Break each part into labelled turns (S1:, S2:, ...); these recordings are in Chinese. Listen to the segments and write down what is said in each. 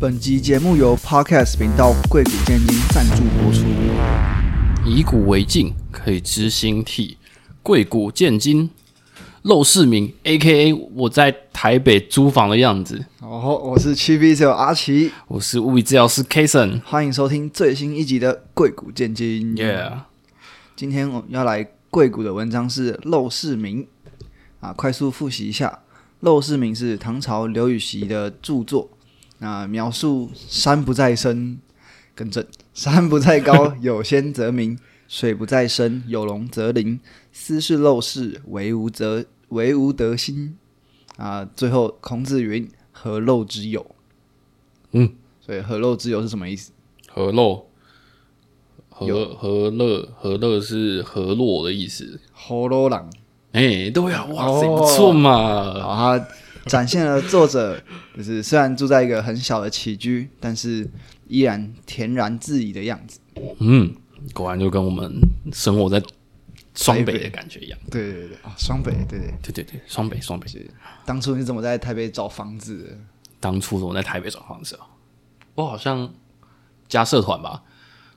S1: 本集节目由 Podcast 频道“贵谷建金”赞助播出。
S2: 以古为镜，可以知兴替。贵古见今，陋室铭 （A.K.A. 我在台北租房的样子
S1: 哦，我是七 V 只有阿奇，）。
S2: 我是物理治疗师 Kason。
S1: 欢迎收听最新一集的《贵谷建金》。
S2: Yeah，
S1: 今天我们要来贵谷的文章是《陋室铭》啊，快速复习一下，《陋室铭》是唐朝刘禹锡的著作，那、描述山不在深，更正，山不在高，有仙则名；水不在深，有龙则灵。斯是陋室，惟吾则惟吾德馨。啊，最后孔子云：“何陋之有？”
S2: 嗯，
S1: 所以“何陋之有”是什么意思？
S2: 河漏，河河乐，河乐是河落的意思。
S1: 何陋郎。
S2: 哎、对呀、哇塞，
S1: 哦
S2: 不错嘛。
S1: 然后他展现了作者就是虽然住在一个很小的起居，但是依然恬然自怡的样子。
S2: 嗯，果然就跟我们生活在双
S1: 台
S2: 北
S1: 北
S2: 的感觉一样。
S1: 对对对，啊、双北，对对，
S2: 哦对对对，双北双北。
S1: 当初你怎么在台北找房子的？
S2: 当初我在台北转房的时候，我好像加社团吧，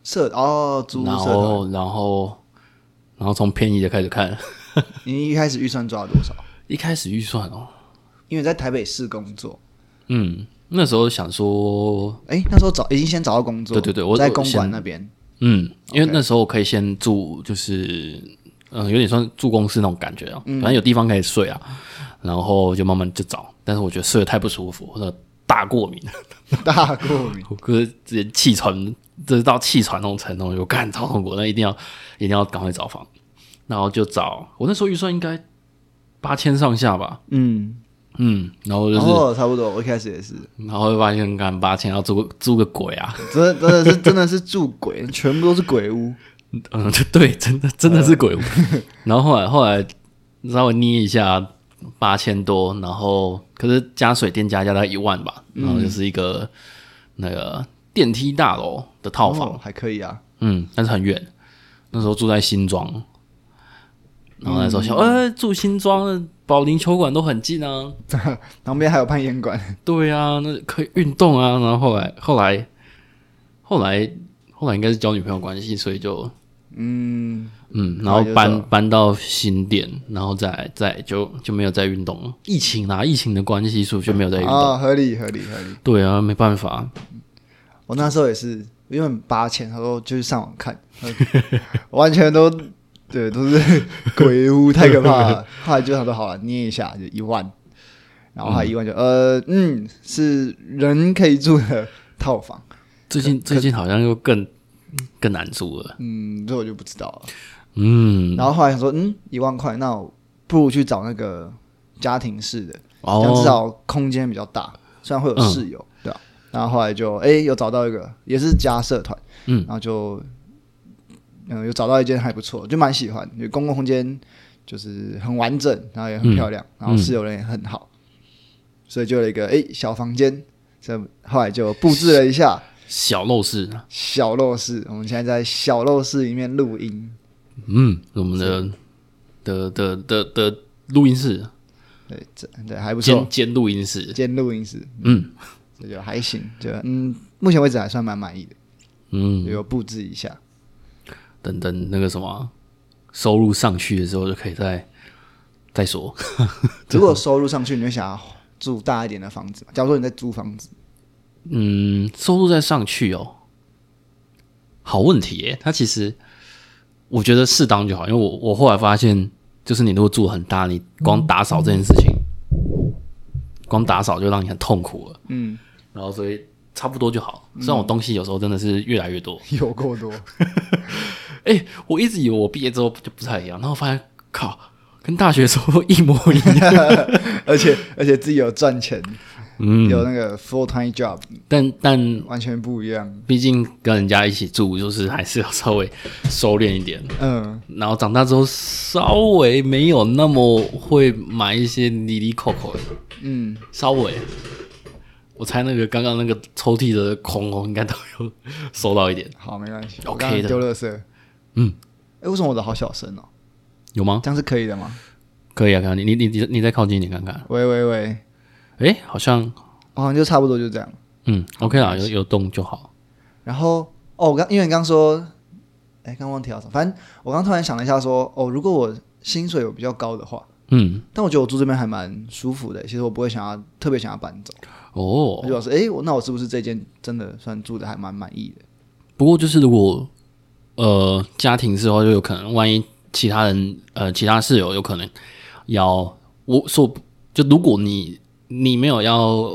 S1: 社哦，租屋
S2: 然
S1: 社团，
S2: 后然后然后从便宜的开始看，
S1: 你一开始预算抓多少？
S2: 一开始预算哦，
S1: 因为在台北市工作，
S2: 嗯，那时候想说，
S1: 哎，那时候找已经先找到工作，
S2: 对对对我
S1: 在
S2: 我
S1: 公馆
S2: 先
S1: 那边，
S2: 嗯，因为那时候可以先住，就是嗯、呃有点算住公司那种感觉啊，反正有地方可以睡啊，然后就慢慢就找，但是我觉得睡得太不舒服，或者大过敏，
S1: 大过敏，
S2: 我哥直接气喘，这到气喘那种程度，我干超痛苦，那一定要一定要赶快找房，然后就找，我那时候预算应该八千上下吧，
S1: 嗯，
S2: 嗯，然后就
S1: 然
S2: 是。
S1: 后差不多，我一开始也是，
S2: 然后会发现干八千要租个租个鬼啊，
S1: 真的真的是真的是住鬼，全部都是鬼屋，
S2: 嗯，对，真的真的是鬼屋。然后后来后来稍微捏一下八千多，然后可是加水电加加到一万吧，然后就是一个、那个电梯大楼的套房，
S1: 哦还可以啊，
S2: 嗯，但是很远。那时候住在新庄，然后那时候想，哎、住新庄保龄球馆都很近啊，
S1: 旁边还有攀岩馆，
S2: 对啊，那可以运动啊。然后后来后来后来后来应该是交女朋友关系，所以就
S1: 嗯。
S2: 嗯，然
S1: 后
S2: 后
S1: 就
S2: 搬
S1: 走
S2: 搬到新店，然后再再就就没有再运动了。疫情啊，疫情的关系，所以就没有再运动。
S1: 啊、合理合理合理。
S2: 对啊，没办法，
S1: 我那时候也是，因为八千，然后就去上网看， 完全都对，都是 鬼屋，太可怕了。后来就想说，好了，啊捏一下就一万，然后还一万就、呃嗯，是人可以住的套房，
S2: 最近最近好像又更更难住了。
S1: 嗯，这我就不知道了。
S2: 嗯，
S1: 然后后来想说，嗯，一万块，那我不如去找那个家庭式的，这样至
S2: 哦，嗯
S1: 少空间比较大，虽然会有室友，对吧、啊然后后来就哎、有找到一个也是加社团，
S2: 嗯
S1: 然后就嗯、有找到一间还不错，就蛮喜欢，就公共空间就是很完整，然后也
S2: 嗯
S1: 很漂亮，然后室友人也很好，所以就有一个哎、小房间，这后来就布置了一下
S2: 小陋室，啊
S1: 小陋室，我们现在在小陋室里面录音，
S2: 嗯，我们的的的的的录音室，
S1: 对，这对还不错
S2: 兼，兼录音室，
S1: 兼录音室，
S2: 嗯
S1: 这就还行，就嗯，目前为止还算蛮满意的，
S2: 嗯，
S1: 有布置一下。
S2: 等等那个什么收入上去的时候，就可以再再说。
S1: 如果收入上去，你会想要住大一点的房子吗？假如说你在租房子，
S2: 嗯，收入再上去哦，好问题耶。它其实我觉得适当就好，因为我我后来发现，就是你如果住很大，你光打扫这件事情，光打扫就让你很痛苦了。
S1: 嗯，
S2: 然后所以差不多就好。虽然我东西有时候真的是越来越多，
S1: 有够多，
S2: 哎、我一直以为我毕业之后就不太一样，然后发现靠，跟大学时候一模一样。
S1: 而且而且自己有赚钱，
S2: 嗯，
S1: 有那个 full time job，
S2: 但但
S1: 完全不一样。
S2: 毕竟跟人家一起住，就是还是要稍微收敛一点。
S1: 嗯，
S2: 然后长大之后稍微没有那么会买一些里里扣扣的，
S1: 嗯，
S2: 稍微，我猜那个刚刚那个抽屉的空空应该都有收到一点，
S1: 好，没关系
S2: OK 的
S1: 我刚刚丢垃圾。
S2: 嗯，
S1: 哎，为什么我的好小声哦？
S2: 有吗？
S1: 这样是可以的吗？
S2: 可以啊，可以啊，你你你你再靠近一点看看，
S1: 喂喂喂，哦
S2: 诶，好像
S1: 好像就差不多就这样。
S2: 嗯，OK 啦，有有动就好。
S1: 然后哦，我刚因为你刚说，哎，刚忘提到什么，反正我刚突然想了一下说，哦，如果我薪水有比较高的话，
S2: 嗯，
S1: 但我觉得我住这边还蛮舒服的，其实我不会想要特别想要搬走。我
S2: 哦，
S1: 就表示，哎，我那我是不是这间真的算住的还蛮满意的？
S2: 不过就是如果呃家庭事的话，就有可能万一其他人呃其他室友有可能要我说就如果你你没有要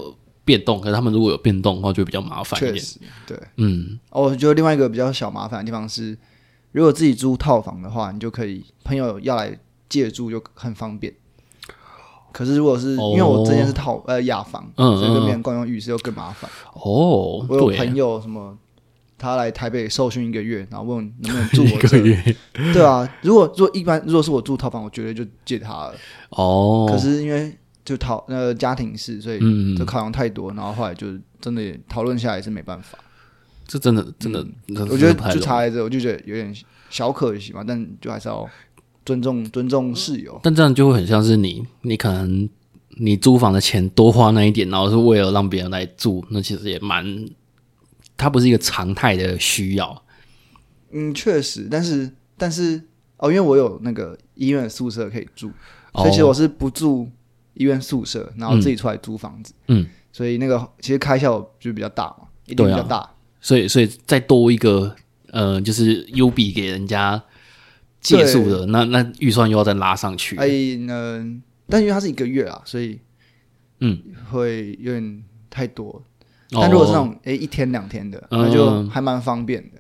S2: 变动，可是他们如果有变动的话，就比较麻烦一
S1: 确
S2: 点。
S1: 实，对。
S2: 嗯，
S1: 哦，我觉得另外一个比较小麻烦的地方是，如果自己租套房的话，你就可以朋友要来借住就很方便。可是如果是、
S2: 哦
S1: 因为我之前是套呃雅房，
S2: 嗯
S1: 所以跟
S2: 嗯
S1: 别人共用浴室又更麻烦。
S2: 哦，
S1: 我有
S2: 对耶，
S1: 朋友什么，他来台北受训一个月，然后问能不能住
S2: 一
S1: 我这
S2: 个
S1: 里。
S2: 月
S1: 对啊，如果如果一般如果是我住套房，我绝对就借他了。
S2: 哦，
S1: 可是因为就讨呃家庭事，所以
S2: 嗯
S1: 这考量太多，然后后来就真的也讨论下来是没办法。
S2: 这真的真的，真的
S1: 我觉
S2: 不
S1: 得就
S2: 太容易
S1: 查来着，我就觉得有点小可惜嘛，但就还是要尊重尊重室友。
S2: 但这样就会很像是你，你可能你租房的钱多花那一点，然后是为了让别人来住，那其实也蛮，它不是一个常态的需要。
S1: 嗯，确实，但是但是哦，因为我有那个医院的宿舍可以住，
S2: 哦
S1: 所以其实我是不住医院宿舍，然后自己出来租房子。
S2: 嗯，啊
S1: 所以那个其实开销就比较大嘛，一定比较大。
S2: 所以所以再多一个，呃，就是 U B 给人家借宿的，那那预算又要再拉上去。
S1: 哎，嗯，但因为它是一个月啊，所以
S2: 嗯，
S1: 会有点太多。
S2: 哦
S1: 但如果是那种诶一天两天的，
S2: 嗯
S1: 那就还蛮方便的。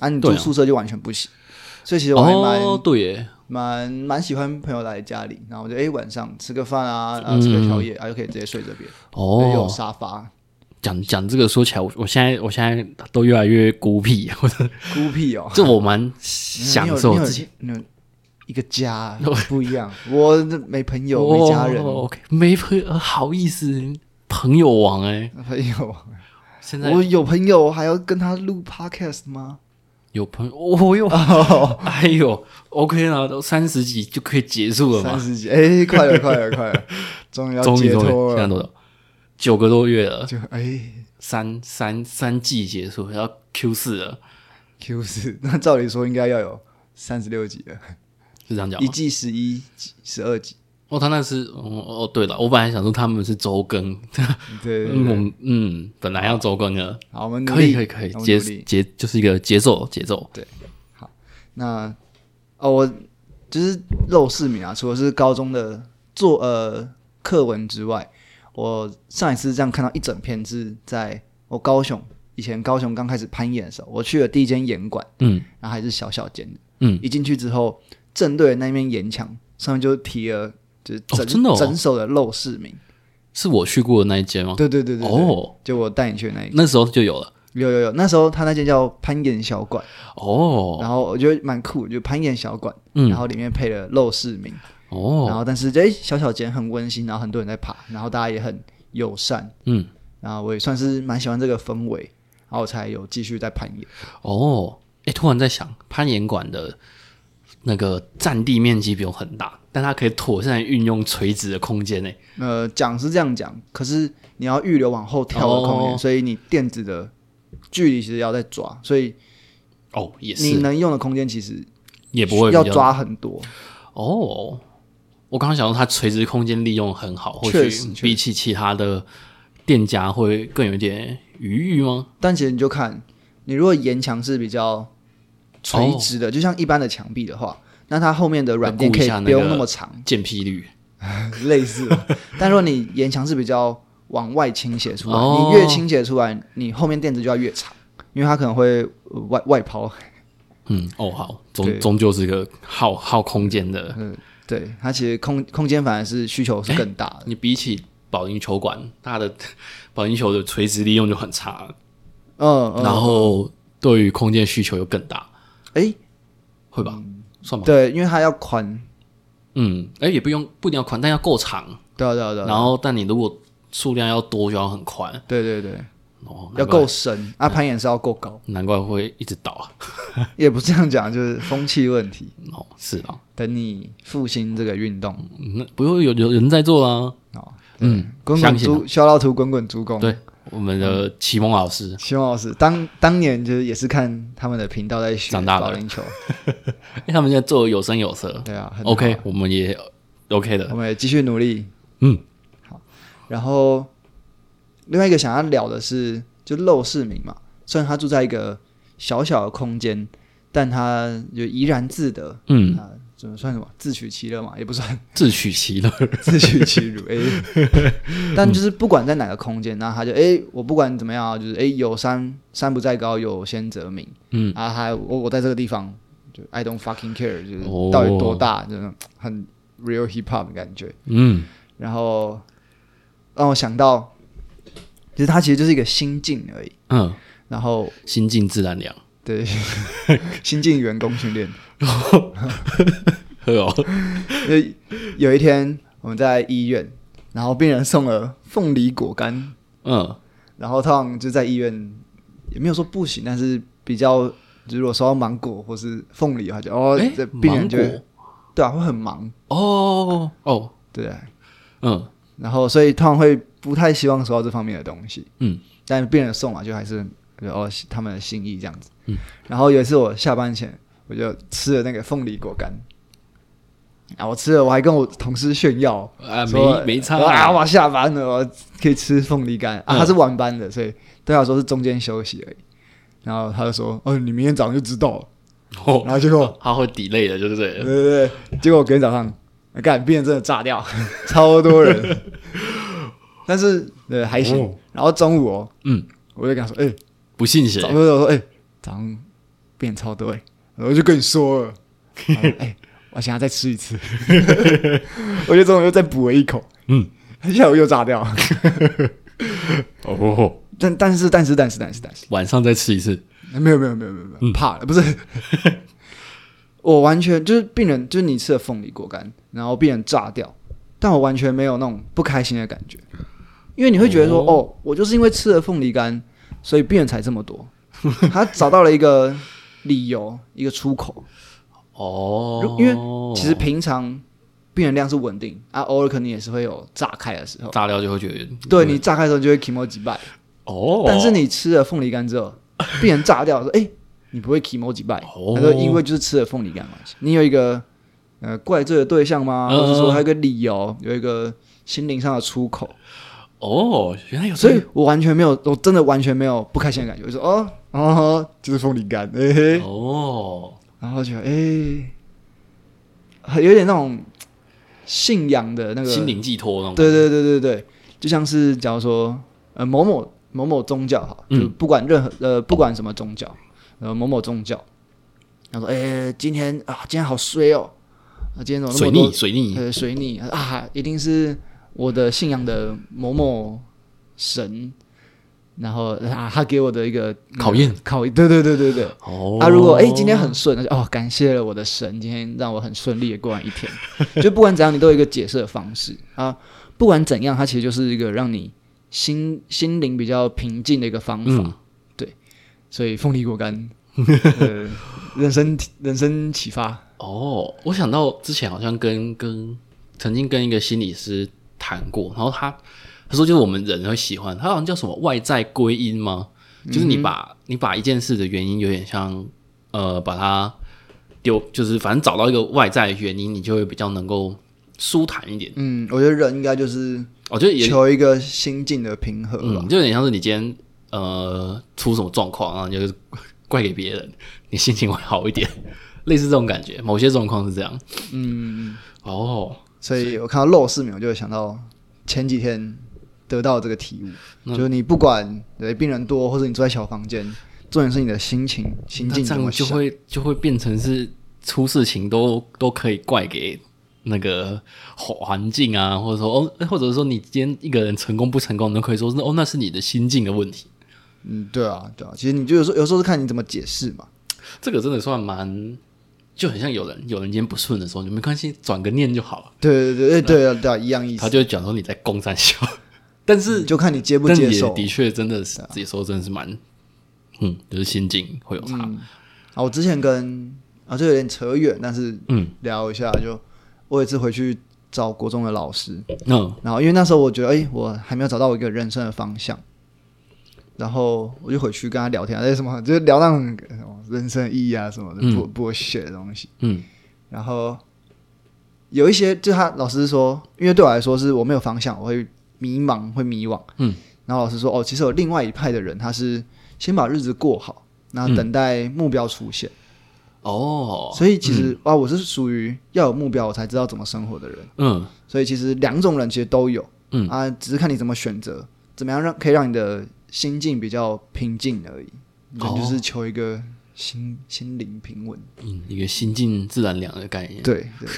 S1: 啊，你住
S2: 对啊
S1: 宿舍就完全不行，所以其实我还蛮
S2: 哦，对耶，
S1: 蛮蛮喜欢朋友来家里，然后我就诶晚上吃个饭啊，然后吃个宵夜，啊就可以直接睡这边，也有
S2: 嗯哦，
S1: 沙发，
S2: 讲讲这个说起来，我我现在我现在都越来越孤僻， 我
S1: 孤僻哦，
S2: 这我蛮
S1: 你有
S2: 享
S1: 你
S2: 受
S1: 有
S2: 自己。
S1: 你有一个 家不一样，我没朋友没家人，
S2: 哦、OK，没朋友，好意思，朋友王哎、
S1: 朋友，
S2: 现在
S1: 我有朋友我还要跟他录 podcast 吗？
S2: 有朋友，哦哟， 哎呦，OK 啦，都三十集就可以结束了
S1: 三
S2: 嘛，
S1: 十几，哎，快 了快了快了，终于要
S2: 终于
S1: 解
S2: 终于，
S1: 脱
S2: 现在
S1: 了，
S2: 多少？九个多月了，
S1: 就哎。
S2: 三三三季结束，要 Q 四了，
S1: Q 四，那照理说应该要有三十六集了，
S2: 是这样讲
S1: 一
S2: 吗？
S1: 季十一集、十二集，
S2: 哦，他那是，哦哦，对了，我本来想说他们是周更，
S1: 对对对
S2: 嗯，我们嗯，本来要周更的，
S1: 好，我们努
S2: 可以
S1: 力，
S2: 可以可以，
S1: 我们
S2: 节
S1: 努力。
S2: 节就是一个节奏节奏，
S1: 那哦，我就是陋室铭啊，除了是高中的作呃课文之外，我上一次这样看到一整篇是在我高雄以前高雄刚开始攀岩的时候，我去了第一间岩馆，
S2: 嗯
S1: 然后还是小小间的，
S2: 嗯，
S1: 一进去之后，正对的那面岩墙上面就贴了就是
S2: 哦
S1: 整、
S2: 真的哦
S1: 整首的陋室铭，
S2: 是我去过的那一间吗？
S1: 对对对对对
S2: 哦，
S1: 就我带你去的那一个，
S2: 那时候就有了
S1: 有有有，那时候他那间叫攀岩小馆，
S2: 哦，
S1: 然后我觉得蛮酷，就攀岩小馆，
S2: 嗯
S1: 然后里面配了陋室铭，然
S2: 哦，
S1: 后但是哎、诶小小间很温馨，然后很多人在爬，然后大家也很友善，
S2: 嗯
S1: 然后我也算是蛮喜欢这个氛围，然后我才有继续在攀岩。
S2: 哦，哎，突然在想，攀岩馆的那个占地面积不用很大，但它可以妥善运用垂直的空间呢。
S1: 呃，讲是这样讲，可是你要预留往后跳的空间，
S2: 哦
S1: 所以你垫子的距离其实要再抓，所以
S2: 哦，也
S1: 你
S2: 是，
S1: 能用的空间其实
S2: 也不会比
S1: 要
S2: 较
S1: 抓很多。
S2: 哦。我刚刚想到，它垂直空间利用很好，或
S1: 确实
S2: 许
S1: 确
S2: 比起其他的店家会更有一点余裕吗？
S1: 但其实你就看，你如果沿墙是比较垂
S2: 哦
S1: 直的，就像一般的墙壁的话，那它后面的软垫可以不用那么长，
S2: 建批率
S1: 类似吧。但如果你沿墙是比较往外倾斜出来，
S2: 哦
S1: 你越倾斜出来，你后面垫子就要越长，因为它可能会呃外外抛。
S2: 嗯，哦，好，终
S1: 对
S2: 终究是一个耗耗空间的。
S1: 嗯对，它其实空空间反而是需求是更大的。
S2: 你比起保龄球馆，它的 保龄球的垂直利用就很差了。
S1: 嗯嗯，
S2: 然后对于空间需求又更大，
S1: 哎，
S2: 会吧？
S1: 嗯
S2: 算吧。
S1: 对，因为它要宽。
S2: 嗯，哎，也不用不一定要宽，但要够长。
S1: 对啊对啊对啊。
S2: 然后，但你如果数量要多，就要很宽
S1: 对对对，
S2: 哦，
S1: 要
S2: 难怪
S1: 够深啊！攀岩是要够高，
S2: 难怪会一直倒啊。
S1: 也不是这样讲，就是风气问题。
S2: 哦，是啊，
S1: 等你复兴这个运动
S2: 嗯嗯那不会有有人在做啊。
S1: 哦，
S2: 嗯
S1: 滚滚
S2: 相信啊
S1: 猪，肖老图滚滚猪公，
S2: 对，我们的启蒙老师，
S1: 希望老师当当年就是也是看他们的频道在学
S2: 长大的
S1: 保龄球，
S2: 因哎为他们现在做得有声有色
S1: 对啊很好
S2: ，OK，我们也 OK 的
S1: 我，们也继续努力。
S2: 嗯，
S1: 然后另外一个想要聊的是，就陋市民嘛，虽然他住在一个小小的空间，但他就怡然自得，
S2: 嗯，
S1: 啊，怎么算什么自取其乐嘛，也不算
S2: 自取其乐，
S1: 自取其辱。 哎、但就是不管在哪个空间，那他就哎、我不管怎么样啊，就是哎、有山山不在高，有仙则名。
S2: 嗯，
S1: 啊，还我我在这个地方就 I don't fucking care，就是
S2: 哦
S1: 到底多大，就是那种很 real hip hop 的感觉。
S2: 嗯
S1: 然后让我想到，其实它其实就是一个新进而已。
S2: 嗯，
S1: 然后
S2: 心静自然凉，
S1: 对， 新进员工训练。
S2: 呵哦，
S1: 就有一天我们在医院，然后病人送了凤梨果干，
S2: 嗯，
S1: 然后通常就在医院也没有说不行，但是比较就是如果收到芒果或是凤梨的话，就哦
S2: 哎，，
S1: 这病
S2: 芒
S1: 人就会
S2: 果，
S1: 对啊会很忙，
S2: 哦哦，
S1: 对啊、
S2: 嗯
S1: 然后所以通常会不太希望收到这方面的东西，
S2: 嗯，
S1: 但病人送嘛，就还是就哦他们的心意这样子，嗯。然后有一次我下班前，我就吃了那个凤梨果干，啊，我吃了，我还跟我同事炫耀，
S2: 啊，
S1: 说
S2: 没没差
S1: 啊，我下班了，我可以吃凤梨干啊，
S2: 嗯
S1: 他是晚班的，所以对他来说是中间休息而已。然后他就说：“哦，你明天早上就知道了。”
S2: 哦，
S1: 然后结果，
S2: 他会 delay 的，就是
S1: 对
S2: 这，
S1: 对对，结果隔天早上，啊干，病人真的炸 掉，超多人。但是对还行。
S2: 哦
S1: 然后中午哦，
S2: 嗯，
S1: 我就跟他说：“哎、
S2: 不信邪
S1: 早，上我说：哎、早上变超多哎、我就跟你说了，他说哎、我想要再吃一 次，我就中午又再补了一口，
S2: 嗯，
S1: 下午又炸掉。”
S2: 哦，
S1: 但但是但是但是但是但是，
S2: 晚上再吃一次，
S1: 没有没有没有没有没有，怕了不是。 我完全就是病人，就是你吃了凤梨果干，然后病人炸掉，但我完全没有那种不开心的感觉，因为你会觉得说，哦
S2: 哦
S1: 我就是因为吃了凤梨干，所以病人才这么多。他找到了一个理由，一个出口。
S2: 哦
S1: 如，因为其实平常病人量是稳定啊，偶尔可能也是会有炸开的时候。
S2: 炸掉就会觉得，
S1: 对你炸开的时候，你就会 i m o 几拜。
S2: 哦，
S1: 但是你吃了凤梨干之后，病人炸掉说：“哎、你不会 k i m o 几拜？”
S2: 哦
S1: 他说：“因为就是吃了凤梨干嘛，你有一个呃怪罪的对象吗？
S2: 嗯
S1: 或者说还有一个理由，有一个心灵上的出口。
S2: 哦，原来有
S1: 所
S2: 这
S1: 以我完全没有，我真的完全没有不开心的感觉。我就说哦哦，就是凤梨干，嘿嘿
S2: 个，哦，
S1: 然后就哎、很有点那种信仰的那个
S2: 心灵寄托那种，
S1: 对对对对对，就像是假如说呃某某某某宗教哈，
S2: 嗯
S1: 就不管任何呃不管什么宗教，呃某某宗教，他说哎、今天啊今天好衰哦，啊今天怎么那
S2: 水
S1: 么多
S2: 逆水逆，
S1: 呃水逆啊一定是我的信仰的某某神。然后啊，他给我的一个
S2: 考验，
S1: 考对对对对对。
S2: 哦，
S1: 嗯啊，如果哎、今天很顺，那就哦感谢了我的神，今天让我很顺利的过完一 天。就不管怎样，你都有一个解释的方式啊。不管怎样，它其实就是一个让你心心灵比较平静的一个方法。
S2: 嗯
S1: 所以凤梨果 干，呃、人生人生启发，
S2: 哦，我想到之前好像跟跟曾经跟一个心理师谈过，然后他他说就是我们人会喜欢，他好像叫什么外在归因吗？就是你把、你把一件事的原因有点像呃把它丢，就是反正找到一个外在的原因，你就会比较能够舒坦一点。哦
S1: 嗯，我觉得人应该就是
S2: 我觉得也
S1: 求一个心境的平和吧。
S2: 嗯，就有点像是你今天呃出什么状况，然后你就是怪给别人，你心情会好一点， 类似这种感觉。某些状况是这样。嗯，哦。
S1: 所以我看到陋室铭，我就会想到前几天得到这个体悟，就是你不管对病人多，或者你住在小房间，重点是你的心情、心
S2: 那
S1: 境
S2: 这
S1: 怎
S2: 样
S1: 么
S2: 就
S1: 想。
S2: 会就会变成是出事情都都可以怪给那个环环境啊，或者说哦，或者说你今天一个人成功不成功，你都可以说是哦，那是你的心境的问题。
S1: 嗯，对啊，对啊，其实你就有时候有时候是看你怎么解释嘛。
S2: 这个真的算蛮，就很像有人有人今天不顺的时候，你没关系，转个念就好了。
S1: 对对对对对啊，对啊，一样意
S2: 他
S1: 思。
S2: 就会讲说你在攻占笑，但是
S1: 就看你接不
S2: 但
S1: 接
S2: 也
S1: 受。啊
S2: 的确真的是，自己说真的是蛮，嗯，就是心境会有差。
S1: 啊，我之前跟啊，这有点扯远，但是
S2: 嗯，
S1: 聊一下，就我有一次回去找国中的老师，
S2: 那
S1: 然后因为那时候我觉得，哎、我还没有找到我一个人生的方向，然后我就回去跟他聊天，哎什么，就是聊那种什么人生意义啊什么的，
S2: 嗯
S1: 剥剥削的东西。
S2: 嗯
S1: 然后有一些，就他老师说，因为对我来说是我没有方向，我会迷茫，会迷惘。
S2: 嗯，
S1: 然后老师说，哦，其实有另外一派的人，他是先把日子过好，然后等待目标出现。
S2: 嗯哦，
S1: 所以其实、啊，我是属于要有目标，我才知道怎么生活的人。
S2: 嗯
S1: 所以其实两种人其实都有，
S2: 嗯
S1: 啊，只是看你怎么选择，怎么样让可以让你的心境比较平静而已。人
S2: 哦
S1: 就是求一个心心灵平稳，
S2: 嗯，一个心静自然凉的概念。
S1: 对 对。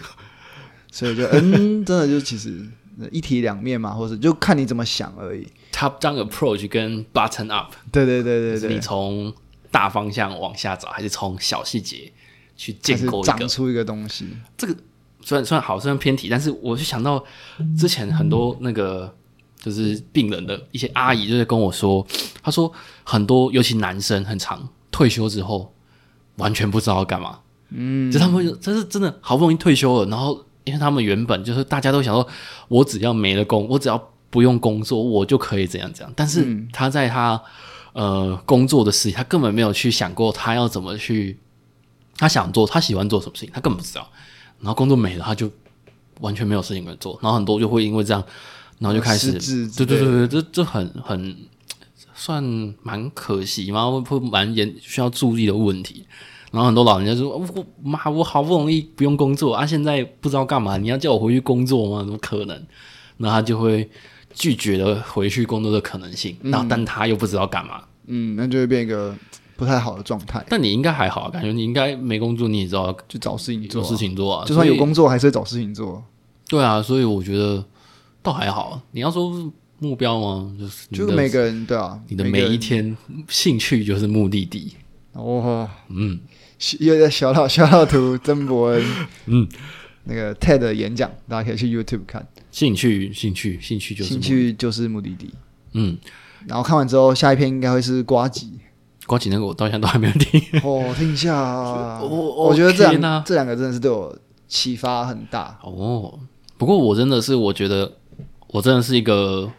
S1: 所以就嗯，真的就其实一体两面嘛，或者就看你怎么想而 已。
S2: Top down approach 跟 button up，
S1: 对对对对
S2: 就是你
S1: 对，
S2: 从大方向往下找，还是从小细节去
S1: 它
S2: 建
S1: 是
S2: 构一个
S1: 长出一个东西。
S2: 这个虽然虽然好，虽然偏题，但是我就想到之前很多那个就是病人的一些阿姨就在跟我说，她说很多尤其男生很长退休之后完全不知道要干嘛，嗯，就他们就真是真的好不容易退休了，然后因为他们原本就是大家都想说，我只要没了工，我只要不用工作，我就可以怎样怎样，但是他在他。呃，工作的事情，他根本没有去想过他要怎么去，他想做，他喜欢做什么事情，他根本不知道。然后工作没了，他就完全没有事情可以做，然后很多就会因为这样，然后就开始
S1: 失智，
S2: 哦对对，对对，这这很很算蛮可惜嘛，会会蛮严需要注意的问题。然后很多老人家说：“我妈，我好不容易不用工作啊，现在不知道干嘛，你要叫我回去工作吗？怎么可能？”那他就会拒绝了回去工作的可能性。然后，但他又不知道干嘛。
S1: 嗯，那就会变一个不太好的状态，
S2: 但你应该还好，感觉你应该没工作，你也知道
S1: 就找事情做
S2: 哦有
S1: 啊，
S2: 事情做啊。
S1: 就算有
S2: 所以
S1: 工作还是会找事情做。
S2: 对啊，所以我觉得倒还好。你要说目标吗？就是你
S1: 就
S2: 的
S1: 每个人对啊，
S2: 你的
S1: 每
S2: 每
S1: 个
S2: 一
S1: 人
S2: 天兴趣就是目的地。
S1: 哦，
S2: 嗯，
S1: 又在小到小到图曾伯恩，
S2: 嗯，
S1: 那个 TED 的演讲，大家可以去 YouTube 看，
S2: 兴趣，兴趣，兴趣就是
S1: 兴
S2: 目
S1: 趣就是目的地。
S2: 嗯，
S1: 然后看完之后，下一篇应该会是瓜吉。
S2: 瓜起那个我到现在都还没有听。
S1: 哦，听一下啊，
S2: 我
S1: 我觉得这
S2: OK
S1: 两
S2: 呢
S1: 这两个真的是对我启发很大。
S2: 哦，不过我真的是，我觉得我真的是一个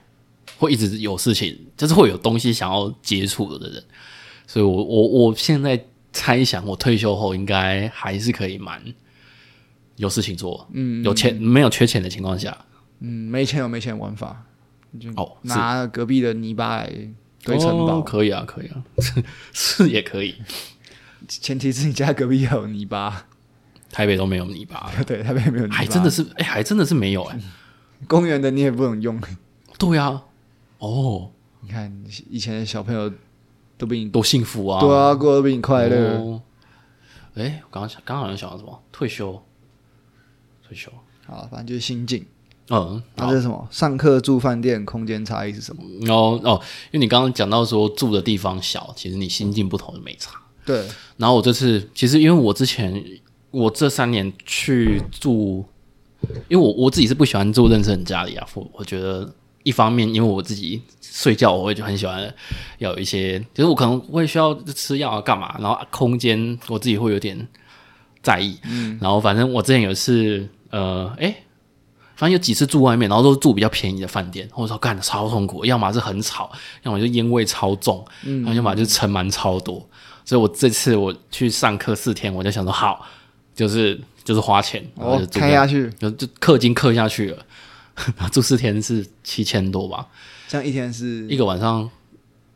S2: 会一直有事情，就是会有东西想要接触的人。所以我我我现在猜想，我退休后应该还是可以蛮有事情做，
S1: 嗯，
S2: 有钱没有缺钱的情况下，
S1: 嗯，没钱有没钱玩法，就
S2: 哦是
S1: 拿隔壁的泥巴来堆城堡，
S2: 哦可以啊，可以啊， 是也可以。
S1: 前提是你家隔壁要有泥巴。
S2: 台北都没有泥巴，
S1: 对，台北没有泥巴，
S2: 还真的是，哎、还真的是没有、哎，
S1: 公园的你也不能用。
S2: 对啊，哦，
S1: 你看以前的小朋友都比你
S2: 多幸福啊，
S1: 对啊，过得比你快乐。
S2: 哦哎、我刚刚想，刚刚好像想到什么？退休，退休，
S1: 好，反正就是心境。
S2: 嗯，
S1: 那这是什么？上课住饭店，空间差异是什么？
S2: 然后哦，因为你刚刚讲到说住的地方小，其实你心境不同就没差。
S1: 对，
S2: 然后我这次其实因为我之前我这三年去住，因为我我自己是不喜欢住认识人家里啊，我我觉得一方面因为我自己睡觉我会就很喜欢要有一些，就是我可能会需要吃药啊干嘛，然后空间我自己会有点在意，
S1: 嗯
S2: 然后反正我之前有一次呃哎。诶反正有几次住外面，然后都是住比较便宜的饭店，我说干的超痛苦，要么是很吵，要么就烟味超重，
S1: 嗯
S2: 然后要么就是尘螨超多，所以我这次我去上课四天，我就想说好，就是就是花钱，然后
S1: 哦
S2: 就，住
S1: 开
S2: 在
S1: 下去，
S2: 就就氪金氪下去了， 然后住四天是七千多吧，
S1: 这样一天是
S2: 一个晚上，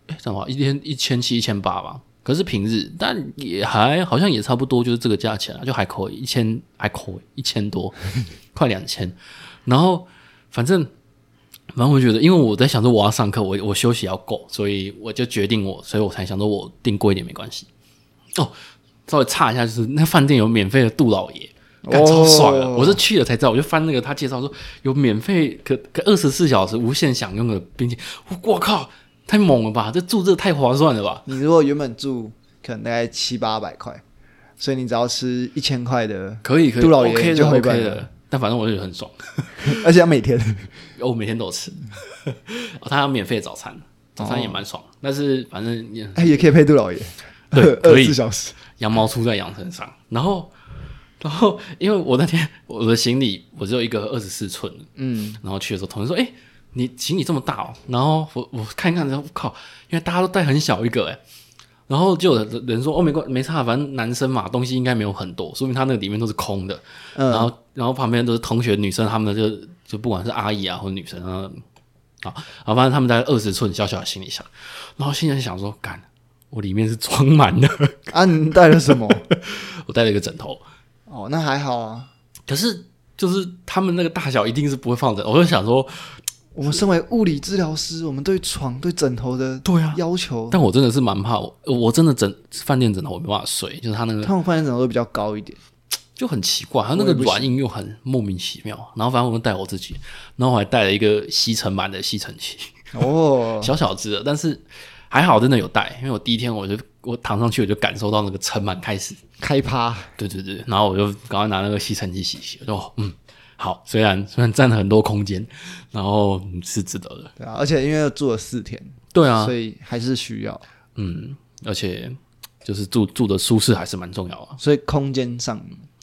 S2: 哎，怎么一天一千七一千八吧？可是平日，但也还好像也差不多，就是这个价钱啊，就还可以，一千还可以，一千多，快两千。然后反正反正我觉得，因为我在想说我要上课，我我休息要够，所以我就决定我，所以我才想说我订贵一点没关系。哦，稍微差一下，就是那饭店有免费的杜老爷，感
S1: 哦
S2: 超爽的。我是去了才知道，我就翻那个他介绍说有免费可可二十四小时无限享用的冰淇淋，我我靠，太猛了吧！这住这太划算了吧？
S1: 你如果原本住可能大概七八百块，所以你只要吃一千块的，
S2: 可以可以，
S1: 杜老爷
S2: OK
S1: 就
S2: 的
S1: 回
S2: OK
S1: 本
S2: 的，但反正我就觉得很爽，
S1: 而且要每天。
S2: 我每天都有吃。 哦，他有免费早餐，早餐也蛮
S1: 哦
S2: 爽，但是反正也
S1: 哎，也可以配杜老爷，
S2: 对
S1: 二
S2: 可
S1: 十
S2: 以
S1: 四小时。
S2: 羊毛出在羊身上。然后，然后因为我那天我的行李我只有一个二十四寸的，
S1: 嗯，
S2: 然后去的时候，同事说：“哎、你行李这么大哦，然后我我看一看，然后我靠，因为大家都带很小一个哎，然后就有人说哦没关没差，反正男生嘛东西应该没有很多，说明他那个里面都是空的，
S1: 嗯
S2: 然后然后旁边都是同学女生，他们就就不管是阿姨啊或者女生啊，啊，然后反正他们带二十寸小小的行李箱，然后心里想说干，我里面是装满的，
S1: 啊，你带了什么？
S2: 我带了一个枕头，
S1: 哦，那还好啊。
S2: 可是就是他们那个大小一定是不会放枕，我就想说
S1: 我们身为物理治疗师，我们对床、对枕头的
S2: 对啊，
S1: 要求，
S2: 但我真的是蛮怕我，我真的枕饭店枕头我没办法睡，就是它那个
S1: 他们饭店枕头都比较高一点。
S2: 就很奇怪，它那个
S1: 我也不
S2: 软硬又很莫名其妙。然后反正我就带我自己，然后我还带了一个吸尘版的吸尘器，
S1: 哦，
S2: 小小只的，但是还好真的有带，因为我第一天我就我躺上去我就感受到那个尘螨开始，
S1: 开趴，
S2: 对对对，然后我就赶快拿那个吸尘器洗一洗，我就哦嗯好，虽然虽然占了很多空间，然后嗯是值得的，
S1: 对啊，而且因为住了四天，
S2: 对啊
S1: 所，以还是需要，
S2: 嗯，而且就是住住的舒适还是蛮重要啊，
S1: 所以空间上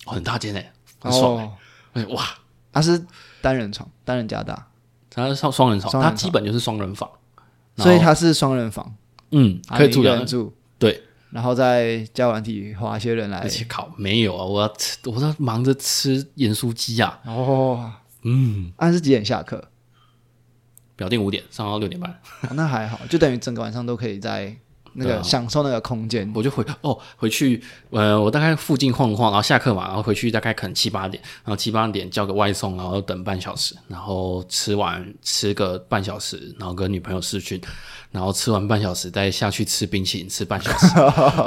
S2: 哦很大间哎、很爽欸
S1: 哦，
S2: 哎哇，
S1: 它是单人床，单人加大，
S2: 它是双双人床，
S1: 双
S2: 它
S1: 人床
S2: 基本就是双人房，然后
S1: 所以它是双人房，
S2: 嗯
S1: 啊
S2: 可以
S1: 你
S2: 住
S1: 一个
S2: 两
S1: 人
S2: 人，
S1: 住，
S2: 对，
S1: 然后再加完体划一些人来
S2: 而，且靠没有啊，我要吃，我在忙着吃盐酥鸡啊，
S1: 哦，
S2: 嗯，
S1: 按是几点下课？
S2: 表定五点上到六点半，
S1: 哦那还好，就等于整个晚上都可以在那
S2: 对啊
S1: 个享受那个空间，
S2: 我就回 哦回去，呃，我大概附近晃一晃，然后下课嘛，然后回去大概可能七八点，然后七八点叫个外送，然后等半小时，然后吃完吃个半小时，然后跟女朋友视讯，然后吃完半小时再下去吃冰淇淋吃半小 时，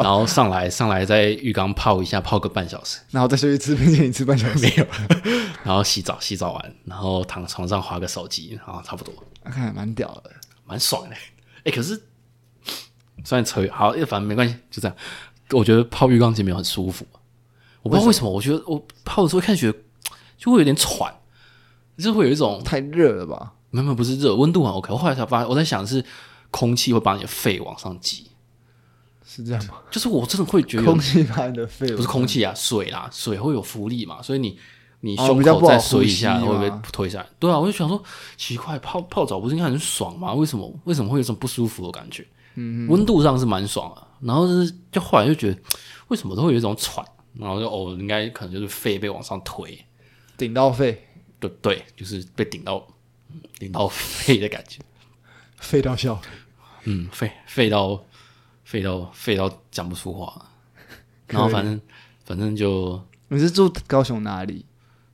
S2: 然后上来上来在浴缸泡一下泡个半小时。
S1: 然后再去吃冰淇淋吃半小时，没有，
S2: 然后洗澡，洗澡完，然后躺床上划个手机，然后差不多，
S1: 啊看来蛮屌的。
S2: 蛮爽的。 哎，可是虽然扯远，好，反正没关系，就这样。我觉得泡浴缸其实没有很舒服，我不知道为什么，我觉得我泡的时候一开始觉得就会有点喘，就会有一种
S1: 太热了吧？
S2: 没有没有不是热，温度很 OK。我后来才发现，我在想是空气会把你的肺往上挤，
S1: 是这样吗？
S2: 就是我真的会觉得有
S1: 空气把你的肺
S2: 不是空气啊，水啦，水会有浮力嘛，所以你你
S1: 哦
S2: 胸
S1: 比较
S2: 口
S1: 不好
S2: 再水一下，
S1: 呼吸
S2: 会
S1: 嘛
S2: 不会推下来？对啊，我就想说，奇怪，泡泡澡不是应该很爽吗？为什么为什么会有一种不舒服的感觉？嗯，温度上是蛮爽的，然后就是就后来就觉得，为什么都会有一种喘，然后就哦，应该可能就是肺被往上推，
S1: 顶到肺，
S2: 对对，就是被顶到嗯顶到肺的感觉，
S1: 肺到笑。
S2: 嗯，肺肺到肺到肺到讲不出话，然后反正反正就
S1: 你是住高雄哪里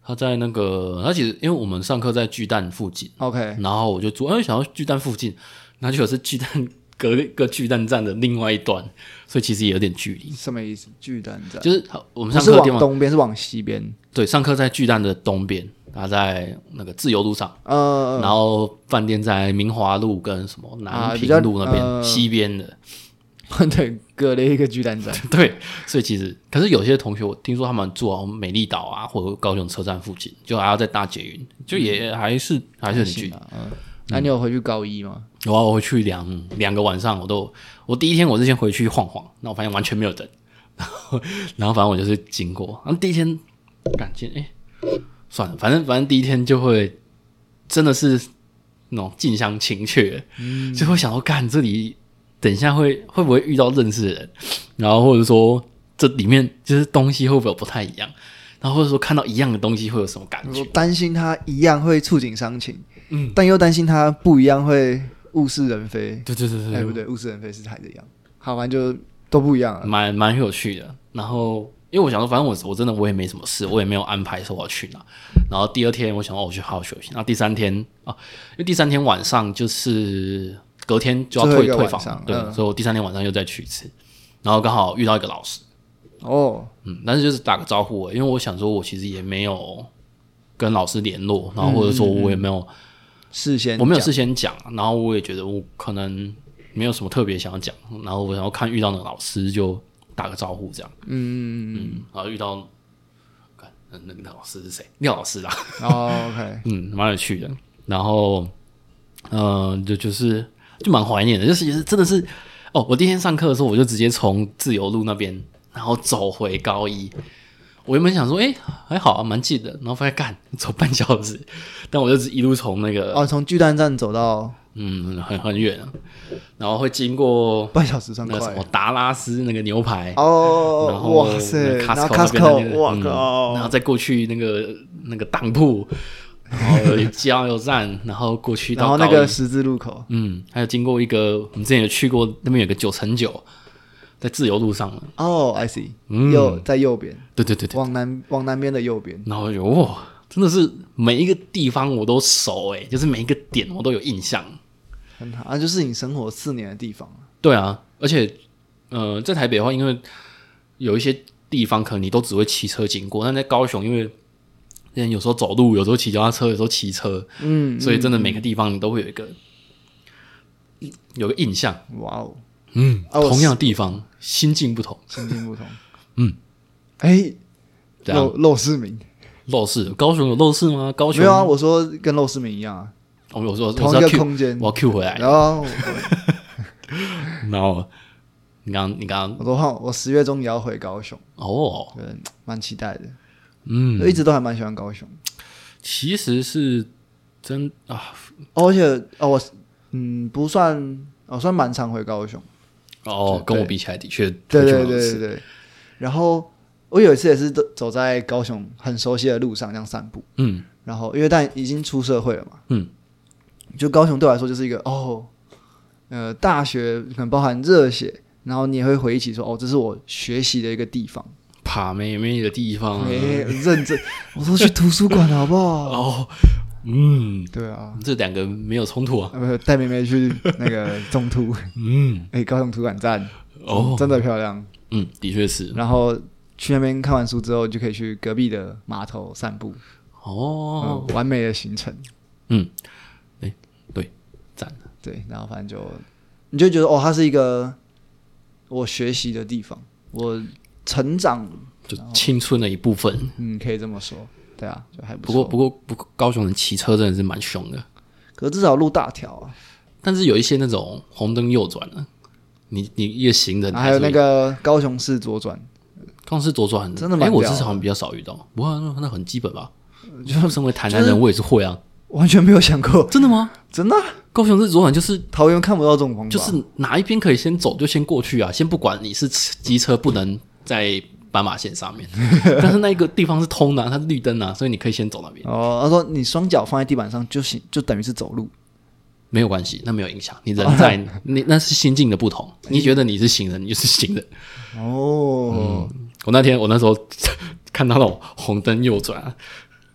S2: 他在那个，他其实因为我们上课在巨蛋附近，
S1: ？OK，
S2: 然后我就住，哎，想要巨蛋附近，那就有是巨蛋隔一个巨蛋站的另外一端，所以其实也有点距离。
S1: 什么意思？巨蛋站？
S2: 就是我
S1: 不
S2: 们上
S1: 是
S2: 课的地
S1: 往
S2: 方，
S1: 东边，是往西边。
S2: 对，上课在巨蛋的东边，他在那个自由路上，
S1: 呃，
S2: 然后饭店在明华路跟什么南
S1: 啊比
S2: 平
S1: 较
S2: 路那边、
S1: 呃
S2: 西边的，
S1: 对，隔了一个巨蛋站。
S2: 对，所以其实，可是有些同学，我听说他们住好像美丽岛啊，或者高雄车站附近，就还要再搭捷运，就也还是、 还是很距离
S1: 行。啊嗯，那你有回去高一吗？
S2: 有啊，我回去两两个晚上，我都我第一天我是先回去晃晃，那我发现完全没有人， 然后然后反正我就是经过，然后第一天感觉哎算了，反正反正第一天就会真的是那种近乡情怯，就会想说干这里等一下会会不会遇到认识的人，然后或者说这里面就是东西会不会有不太一样，然后或者说看到一样的东西会有什么感觉
S1: 我，担心他一样会触景伤情，嗯，但又担心他不一样会物是人非。
S2: 对对对对
S1: 哎，不对，物是人非是台的样。好，反正就都不一样了。
S2: 蛮蛮有趣的。然后因为我想说，反正我我真的我也没什么事，我也没有安排说我要去哪。然后第二天我想说哦我去好好休息。然后第三天啊，因为第三天晚上就是隔天就要
S1: 最后
S2: 退
S1: 一个
S2: 退
S1: 晚
S2: 房
S1: 上
S2: 了，对，
S1: 嗯
S2: 所以我第三天晚上又再去一次。然后刚好遇到一个老师，
S1: 哦，
S2: 嗯，但是就是打个招呼而已，因为我想说我其实也没有跟老师联络，然后或者
S1: 嗯
S2: 说我也没有。
S1: 事先
S2: 我没有
S1: 讲
S2: 事先讲，然后我也觉得我可能没有什么特别想要讲，然后我想要看遇到那个老师就打个招呼这样，嗯嗯，然后遇到，看那那个老师是谁？ 廖老师啦，
S1: 哦，OK，
S2: 嗯，蛮有趣的。然后，嗯，就就是就蛮怀念的，就是也是真的是，哦，我第一天上课的时候，我就直接从自由路那边，然后走回高一，我原本想说，哎、还好啊，蛮近的。然后发现干走半小时， 但我就只一路从那个、
S1: 哦，从巨蛋站走到
S2: 嗯很很远啊，然后会经过
S1: 半小时算
S2: 那个什
S1: 快
S2: 么。达拉斯那个牛排，然后
S1: 哦，哇塞，
S2: 那
S1: 然后
S2: Costco 那
S1: Costco，
S2: 边
S1: 哇
S2: 嗯然后
S1: 靠，
S2: 再过去那个那个当铺，然后有加油站， 然后过去
S1: 然
S2: 到
S1: 后那
S2: 高
S1: 个
S2: 一
S1: 十字路口，
S2: 嗯，还有经过一个我们之前有去过，那边有个九乘九，在自由路上了。
S1: 哦，I see，
S2: 嗯
S1: 右在右边，
S2: 对对对对，
S1: 往南往南边的右边，
S2: 然后我就哇，真的是每一个地方我都熟哎、就是每一个点我都有印象。
S1: 很好啊，就是你生活四年的地方，
S2: 对啊，而且呃，在台北的话，因为有一些地方可能你都只会骑车经过，但在高雄，因为人有时候走路，有时候骑脚踏车，有时候骑车，
S1: 嗯，
S2: 所以真的每个地方你都会有一个有个印象。
S1: 哇哦，
S2: 嗯，
S1: 啊我
S2: 同样的地方，心境不同。
S1: 心境不同，
S2: 嗯，
S1: 哎，
S2: 这样
S1: 陋陋室铭
S2: 陋室，啊高雄有陋室吗？高雄
S1: 没有啊，我说跟陋室铭一样啊，
S2: 哦，我说我
S1: 同
S2: 是
S1: 一
S2: 要
S1: 个
S2: Q，
S1: 空间
S2: 我，要 Q 回来。
S1: 然后
S2: 然后你刚你刚
S1: 我说哈，我十月中也要回高雄，
S2: 哦，
S1: 对，蛮期待的，
S2: 嗯
S1: 我，一直都还蛮喜欢高雄。
S2: 其实是真啊
S1: 哦而且哦，我嗯不算，我、算蛮常回高雄。
S2: 哦
S1: 对，
S2: 跟我比起来的确
S1: 对对
S2: 的确蛮有
S1: 对
S2: 意
S1: 对
S2: 思
S1: 对。然后我有一次也是走走在高雄很熟悉的路上这样散步，
S2: 嗯
S1: 然后因为但已经出社会了嘛，
S2: 嗯，
S1: 就高雄对我来说就是一个哦，呃，大学可能包含热血，然后你也会回忆起说哦，这是我学习的一个地方，
S2: 爬妹妹的地方啊
S1: 没、认真，我都去图书馆了好不好？
S2: 哦，嗯，
S1: 对啊，
S2: 这两个没有冲突啊，
S1: 呃，不带妹妹去那个中图，
S2: 嗯
S1: 哎、高雄图书馆站
S2: 哦
S1: 真的漂亮。
S2: 嗯，的确是
S1: 然后去那边看完书之后，就可以去隔壁的码头散步，
S2: 哦，
S1: 嗯完美的行程。
S2: 嗯，哎对，赞了，
S1: 对，然后反正就你就觉得哦，它是一个我学习的地方，我成长，
S2: 就青春的一部分。
S1: 嗯，可以这么说，对啊，就还不
S2: 不
S1: 错。
S2: 过不过不过，高雄人骑车真的是蛮凶的，
S1: 可是至少路大条啊，
S2: 但是有一些那种红灯右转啊，你你越行人
S1: 然后啊还有
S2: 是会
S1: 那个高雄市左转，
S2: 康是左转，
S1: 真的
S2: 哎、
S1: 蛮
S2: 我
S1: 屌
S2: 至
S1: 的
S2: 少比较少遇到，不过那那很基本吧。就身为台南人，我也是会啊。
S1: 完全没有想过，
S2: 真的吗？
S1: 真的啊、
S2: 高雄是左转，就是
S1: 桃园看不到这种方法，
S2: 就是哪一边可以先走就先过去啊，先不管你是机车不能在斑马 线上面，但是那个地方是通的啊、它是绿灯啊，所以你可以先走那边，
S1: 哦，他说你双脚放在地板上就行，就等于是走路，
S2: 没有关系，那没有影响。你人 在你那是心境的不同，你觉得你是行人，你就是行人。
S1: 哦，
S2: 我那天我那时候看到那种红灯右转啊，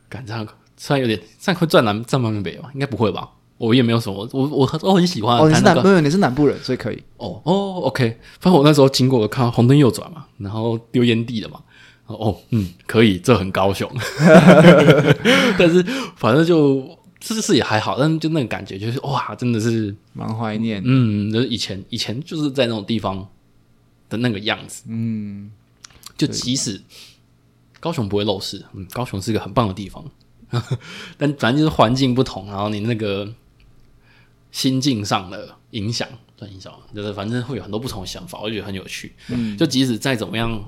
S2: 感这样虽然有点这样会转南站南北吧，应该不会吧？我也没有什么，我我我很喜欢啊
S1: 哦，你
S2: 台
S1: 是
S2: 南
S1: 南，
S2: 的
S1: 没有，你是南部人，所以可以。
S2: 哦哦，OK，反正我那时候经过，我看到红灯右转嘛，然后丢烟蒂的嘛，哦嗯，可以，这很高雄，但是反正就。是是也还好，但是就那个感觉就是哇，真的是，
S1: 蛮怀念。
S2: 嗯，就是以前以前就是在那种地方的那个样子。
S1: 嗯，
S2: 就即使高雄不会漏市，嗯，高雄是一个很棒的地方， 但反正就是环境不同，然后你那个心境上的影响，算影响吗，就是反正会有很多不同的想法，我觉得很有趣。嗯，就即使再怎么样，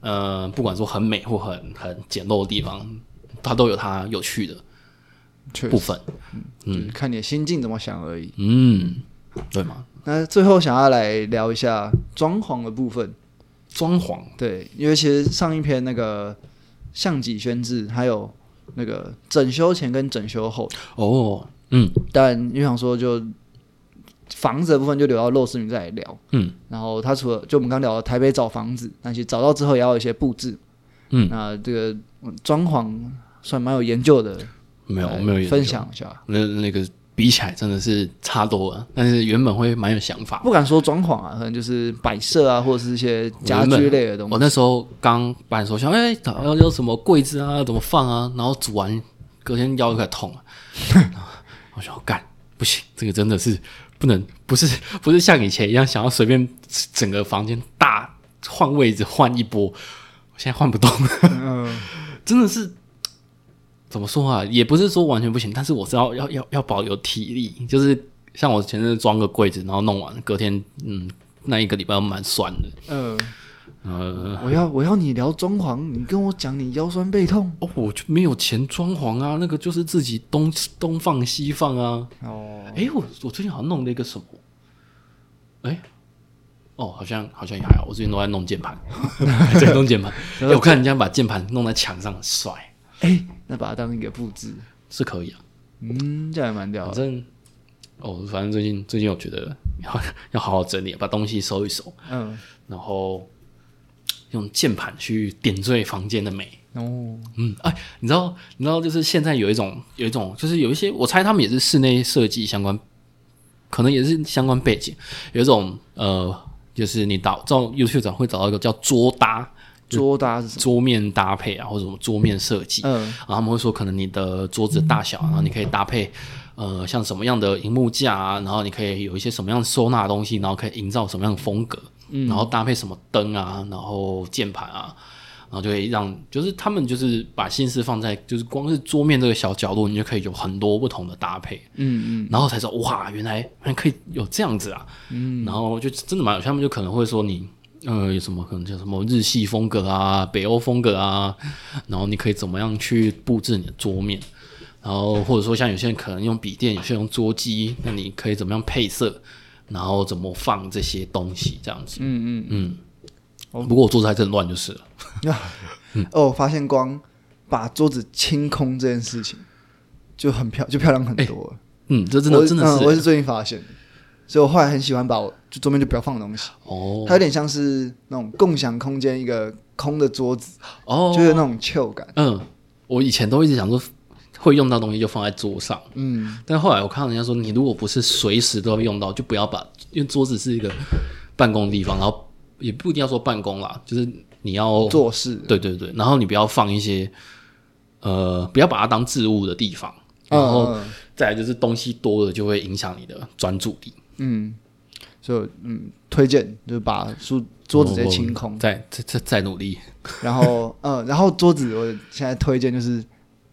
S2: 呃，不管说很美或很很简陋的地方，它都有它有趣的
S1: 确
S2: 部
S1: 实，
S2: 分。
S1: 就是看你的心境怎么想而已。
S2: 嗯，对吗？
S1: 那最后想要来聊一下装潢的部分，
S2: 装潢，
S1: 对，因为其实上一篇那个相机宣制，还有那个整修前跟整修后，
S2: 哦，嗯
S1: 但因为想说就房子的部分就留到肉丝明再来聊。
S2: 嗯
S1: 然后他除了就我们刚聊的台北找房子，那其实找到之后也要有一些布置，
S2: 嗯，
S1: 那这个嗯装潢算蛮有研究的，
S2: 没有
S1: 来
S2: 没有研究
S1: 分享一下。
S2: 那那个比起来真的是差多了，但是原本会蛮有想法。
S1: 不敢说装潢啊，可能就是摆设啊，或者是一些家居类的东西。
S2: 我那时候刚搬的时候想，哎、要要什么柜子啊，怎么放啊？然后煮完，隔天腰就开始 痛了。然后我想干不行，这个真的是不能，不是不是像以前一样想要随便整个房间大换位置换一波，我现在换不动，
S1: 嗯，
S2: 真的是怎么说啊？也不是说完全不行，但是我知道要要要保有体力，就是像我前阵子装个柜子，然后弄完，隔天嗯那一个礼拜蛮酸的。
S1: 呃，
S2: 呃，
S1: 我要我要你聊装潢，你跟我讲你腰酸背痛
S2: 哦，我就没有钱装潢啊，那个就是自己东东放西放啊。
S1: 哦，
S2: 诶，我我最近好像弄了一个什么？诶，哦，好像好像也还好，我最近都在弄键盘，在弄键盘。诶我看人家把键盘弄在墙上很帅，
S1: 哎，那把它当一个布置，
S2: 是可以啊。
S1: 嗯，这样也蛮屌
S2: 反
S1: 的。
S2: 正哦，反正最近最近我觉得要要好好整理，把东西收一收，
S1: 嗯，
S2: 然后用键盘去点缀房间的美。
S1: 哦，
S2: 嗯，哎，你知道，你知道，就是现在有一种，有一种，就是有一些，我猜他们也是室内设计相关，可能也是相关背景，有一种呃，就是你找照 YouTube 上会找到一个叫桌搭、
S1: 桌搭是什么？
S2: 桌面搭配啊，或者什么桌面设计，
S1: 嗯，
S2: 然后他们会说，可能你的桌子的大小，然后你可以搭配呃，像什么样的荧幕架啊，然后你可以有一些什么样的收纳的东西，然后可以营造什么样的风格，
S1: 嗯
S2: 然后搭配什么灯啊，然后键盘啊，然后就会让就是他们就是把心思放在就是光是桌面这个小角落，你就可以有很多不同的搭配，
S1: 嗯嗯，
S2: 然后才说哇，原来还可以有这样子啊，嗯，然后就真的蛮有，他们就可能会说你。呃，有什么可能叫什么日系风格啊、北欧风格啊，然后你可以怎么样去布置你的桌面，然后或者说像有些人可能用笔电，有些人用桌机，那你可以怎么样配色，然后怎么放这些东西这样子。
S1: 嗯
S2: 嗯，不过我桌子还是很乱，就是了。
S1: 嗯，哦，我发现光把桌子清空这件事情就很漂，就漂亮很多了。
S2: 嗯，这真
S1: 我
S2: 的真的
S1: 嗯
S2: 是、
S1: 我也是最近发现的，所以我后来很喜欢把我就桌面就不要放东西，
S2: 哦
S1: 它有点像是那种共享空间一个空的桌子，
S2: 哦，
S1: 就是那种 chill 感。
S2: 嗯，我以前都一直想说会用到东西就放在桌上，
S1: 嗯，
S2: 但后来我看到人家说，你如果不是随时都要用到，就不要把，因为桌子是一个办公地方，然后也不一定要说办公啦，就是你要
S1: 做事
S2: 对对对，然后你不要放一些，呃，不要把它当置物的地方，然后
S1: 嗯
S2: 再来就是东西多了就会影响你的专注力。
S1: 嗯，所以嗯，推荐就是把书桌子直接清空，
S2: 再再再再努力，
S1: 然后嗯，然后桌子我现在推荐就是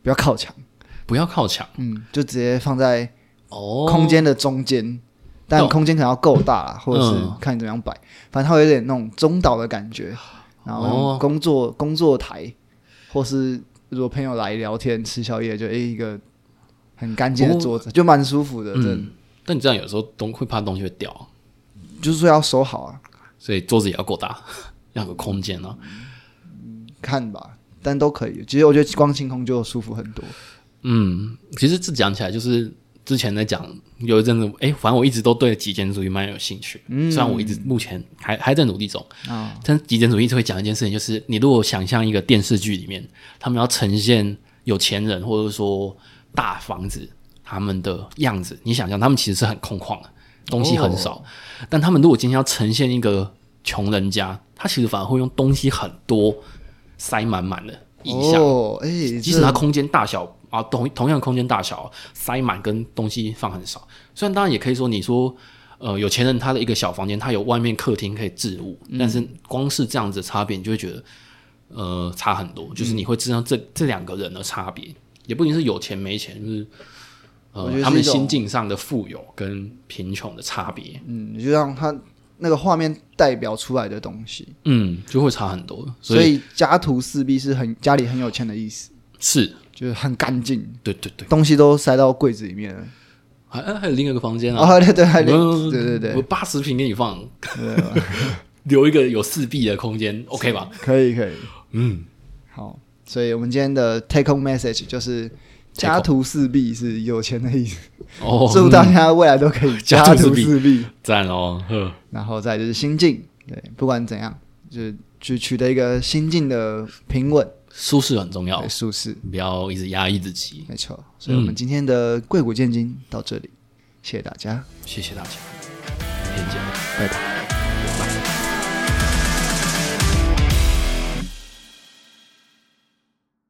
S1: 不要靠墙，
S2: 不要靠墙
S1: 嗯，就直接放在
S2: 哦，
S1: 空间的中间。但空间可能要够大啦，或者是
S2: 嗯
S1: 看你怎么样摆，反正它会有点那种中岛的感觉。然后那种
S2: 哦
S1: 工作、工作台，或是如果朋友来聊天吃宵夜，就诶一个很干净的桌子，就蛮舒服的。真的
S2: 嗯，但你这样有时候东会怕东西会掉，
S1: 就是说要收好啊，
S2: 所以桌子也要够大， 要有个空间啊。
S1: 看吧，但都可以。其实我觉得光清空就舒服很多。
S2: 嗯，其实这讲起来就是之前在讲有一阵子，哎、反正我一直都对极简主义蛮有兴趣，
S1: 嗯
S2: 虽然我一直目前还还在努力中，
S1: 啊、
S2: 但极简主义就会讲一件事情，就是你如果想象一个电视剧里面，他们要呈现有钱人或者说大房子他们的样子，你想象他们其实是很空旷的，东西很少，但他们如果今天要呈现一个穷人家，他其实反而会用东西很多塞满满的意象。
S1: 哦，哎、
S2: 即使
S1: 这
S2: 它空间大小啊，同同样的空间大小塞满跟东西放很少，虽然当然也可以说你说。呃，有钱人他的一个小房间，他有外面客厅可以置物，
S1: 嗯
S2: 但是光是这样子的差别，你就会觉得，呃，差很多。就是你会知道这、这两个人的差别，也不一定是有钱没钱，就是
S1: 我
S2: 呃
S1: 觉得是
S2: 他们
S1: 一种
S2: 心境上的富有跟贫穷的差别，
S1: 嗯，就让它那个画面代表出来的东西，
S2: 嗯，就会差很多。所
S1: 所以家徒四壁是很家里很有钱的意思，
S2: 是，
S1: 就是很干净，
S2: 对对对，
S1: 东西都塞到柜子里面了。
S2: 还还有另一个房间啊，
S1: 哦，对对，还
S2: 嗯
S1: 有对对对
S2: 我，八十平给你放，
S1: 对
S2: 留一个有四壁的空间，OK 吧？
S1: 可以可以。
S2: 嗯，
S1: 好，所以我们今天的 take home message 就是家徒四壁是有钱的意思，
S2: 哦，
S1: 祝大家未来都可以
S2: 家
S1: 家徒
S2: 徒四壁
S1: 四壁。
S2: 赞哦，呵，
S1: 然后再就是心境，对，不管怎样，就是去取得一个心境的平稳、
S2: 舒适很重要
S1: 对，舒适，
S2: 不要一直压抑自己。
S1: 没错。所以我们今天的贵谷见金到这里，谢谢大家，
S2: 谢谢大家，再见。
S1: 拜拜。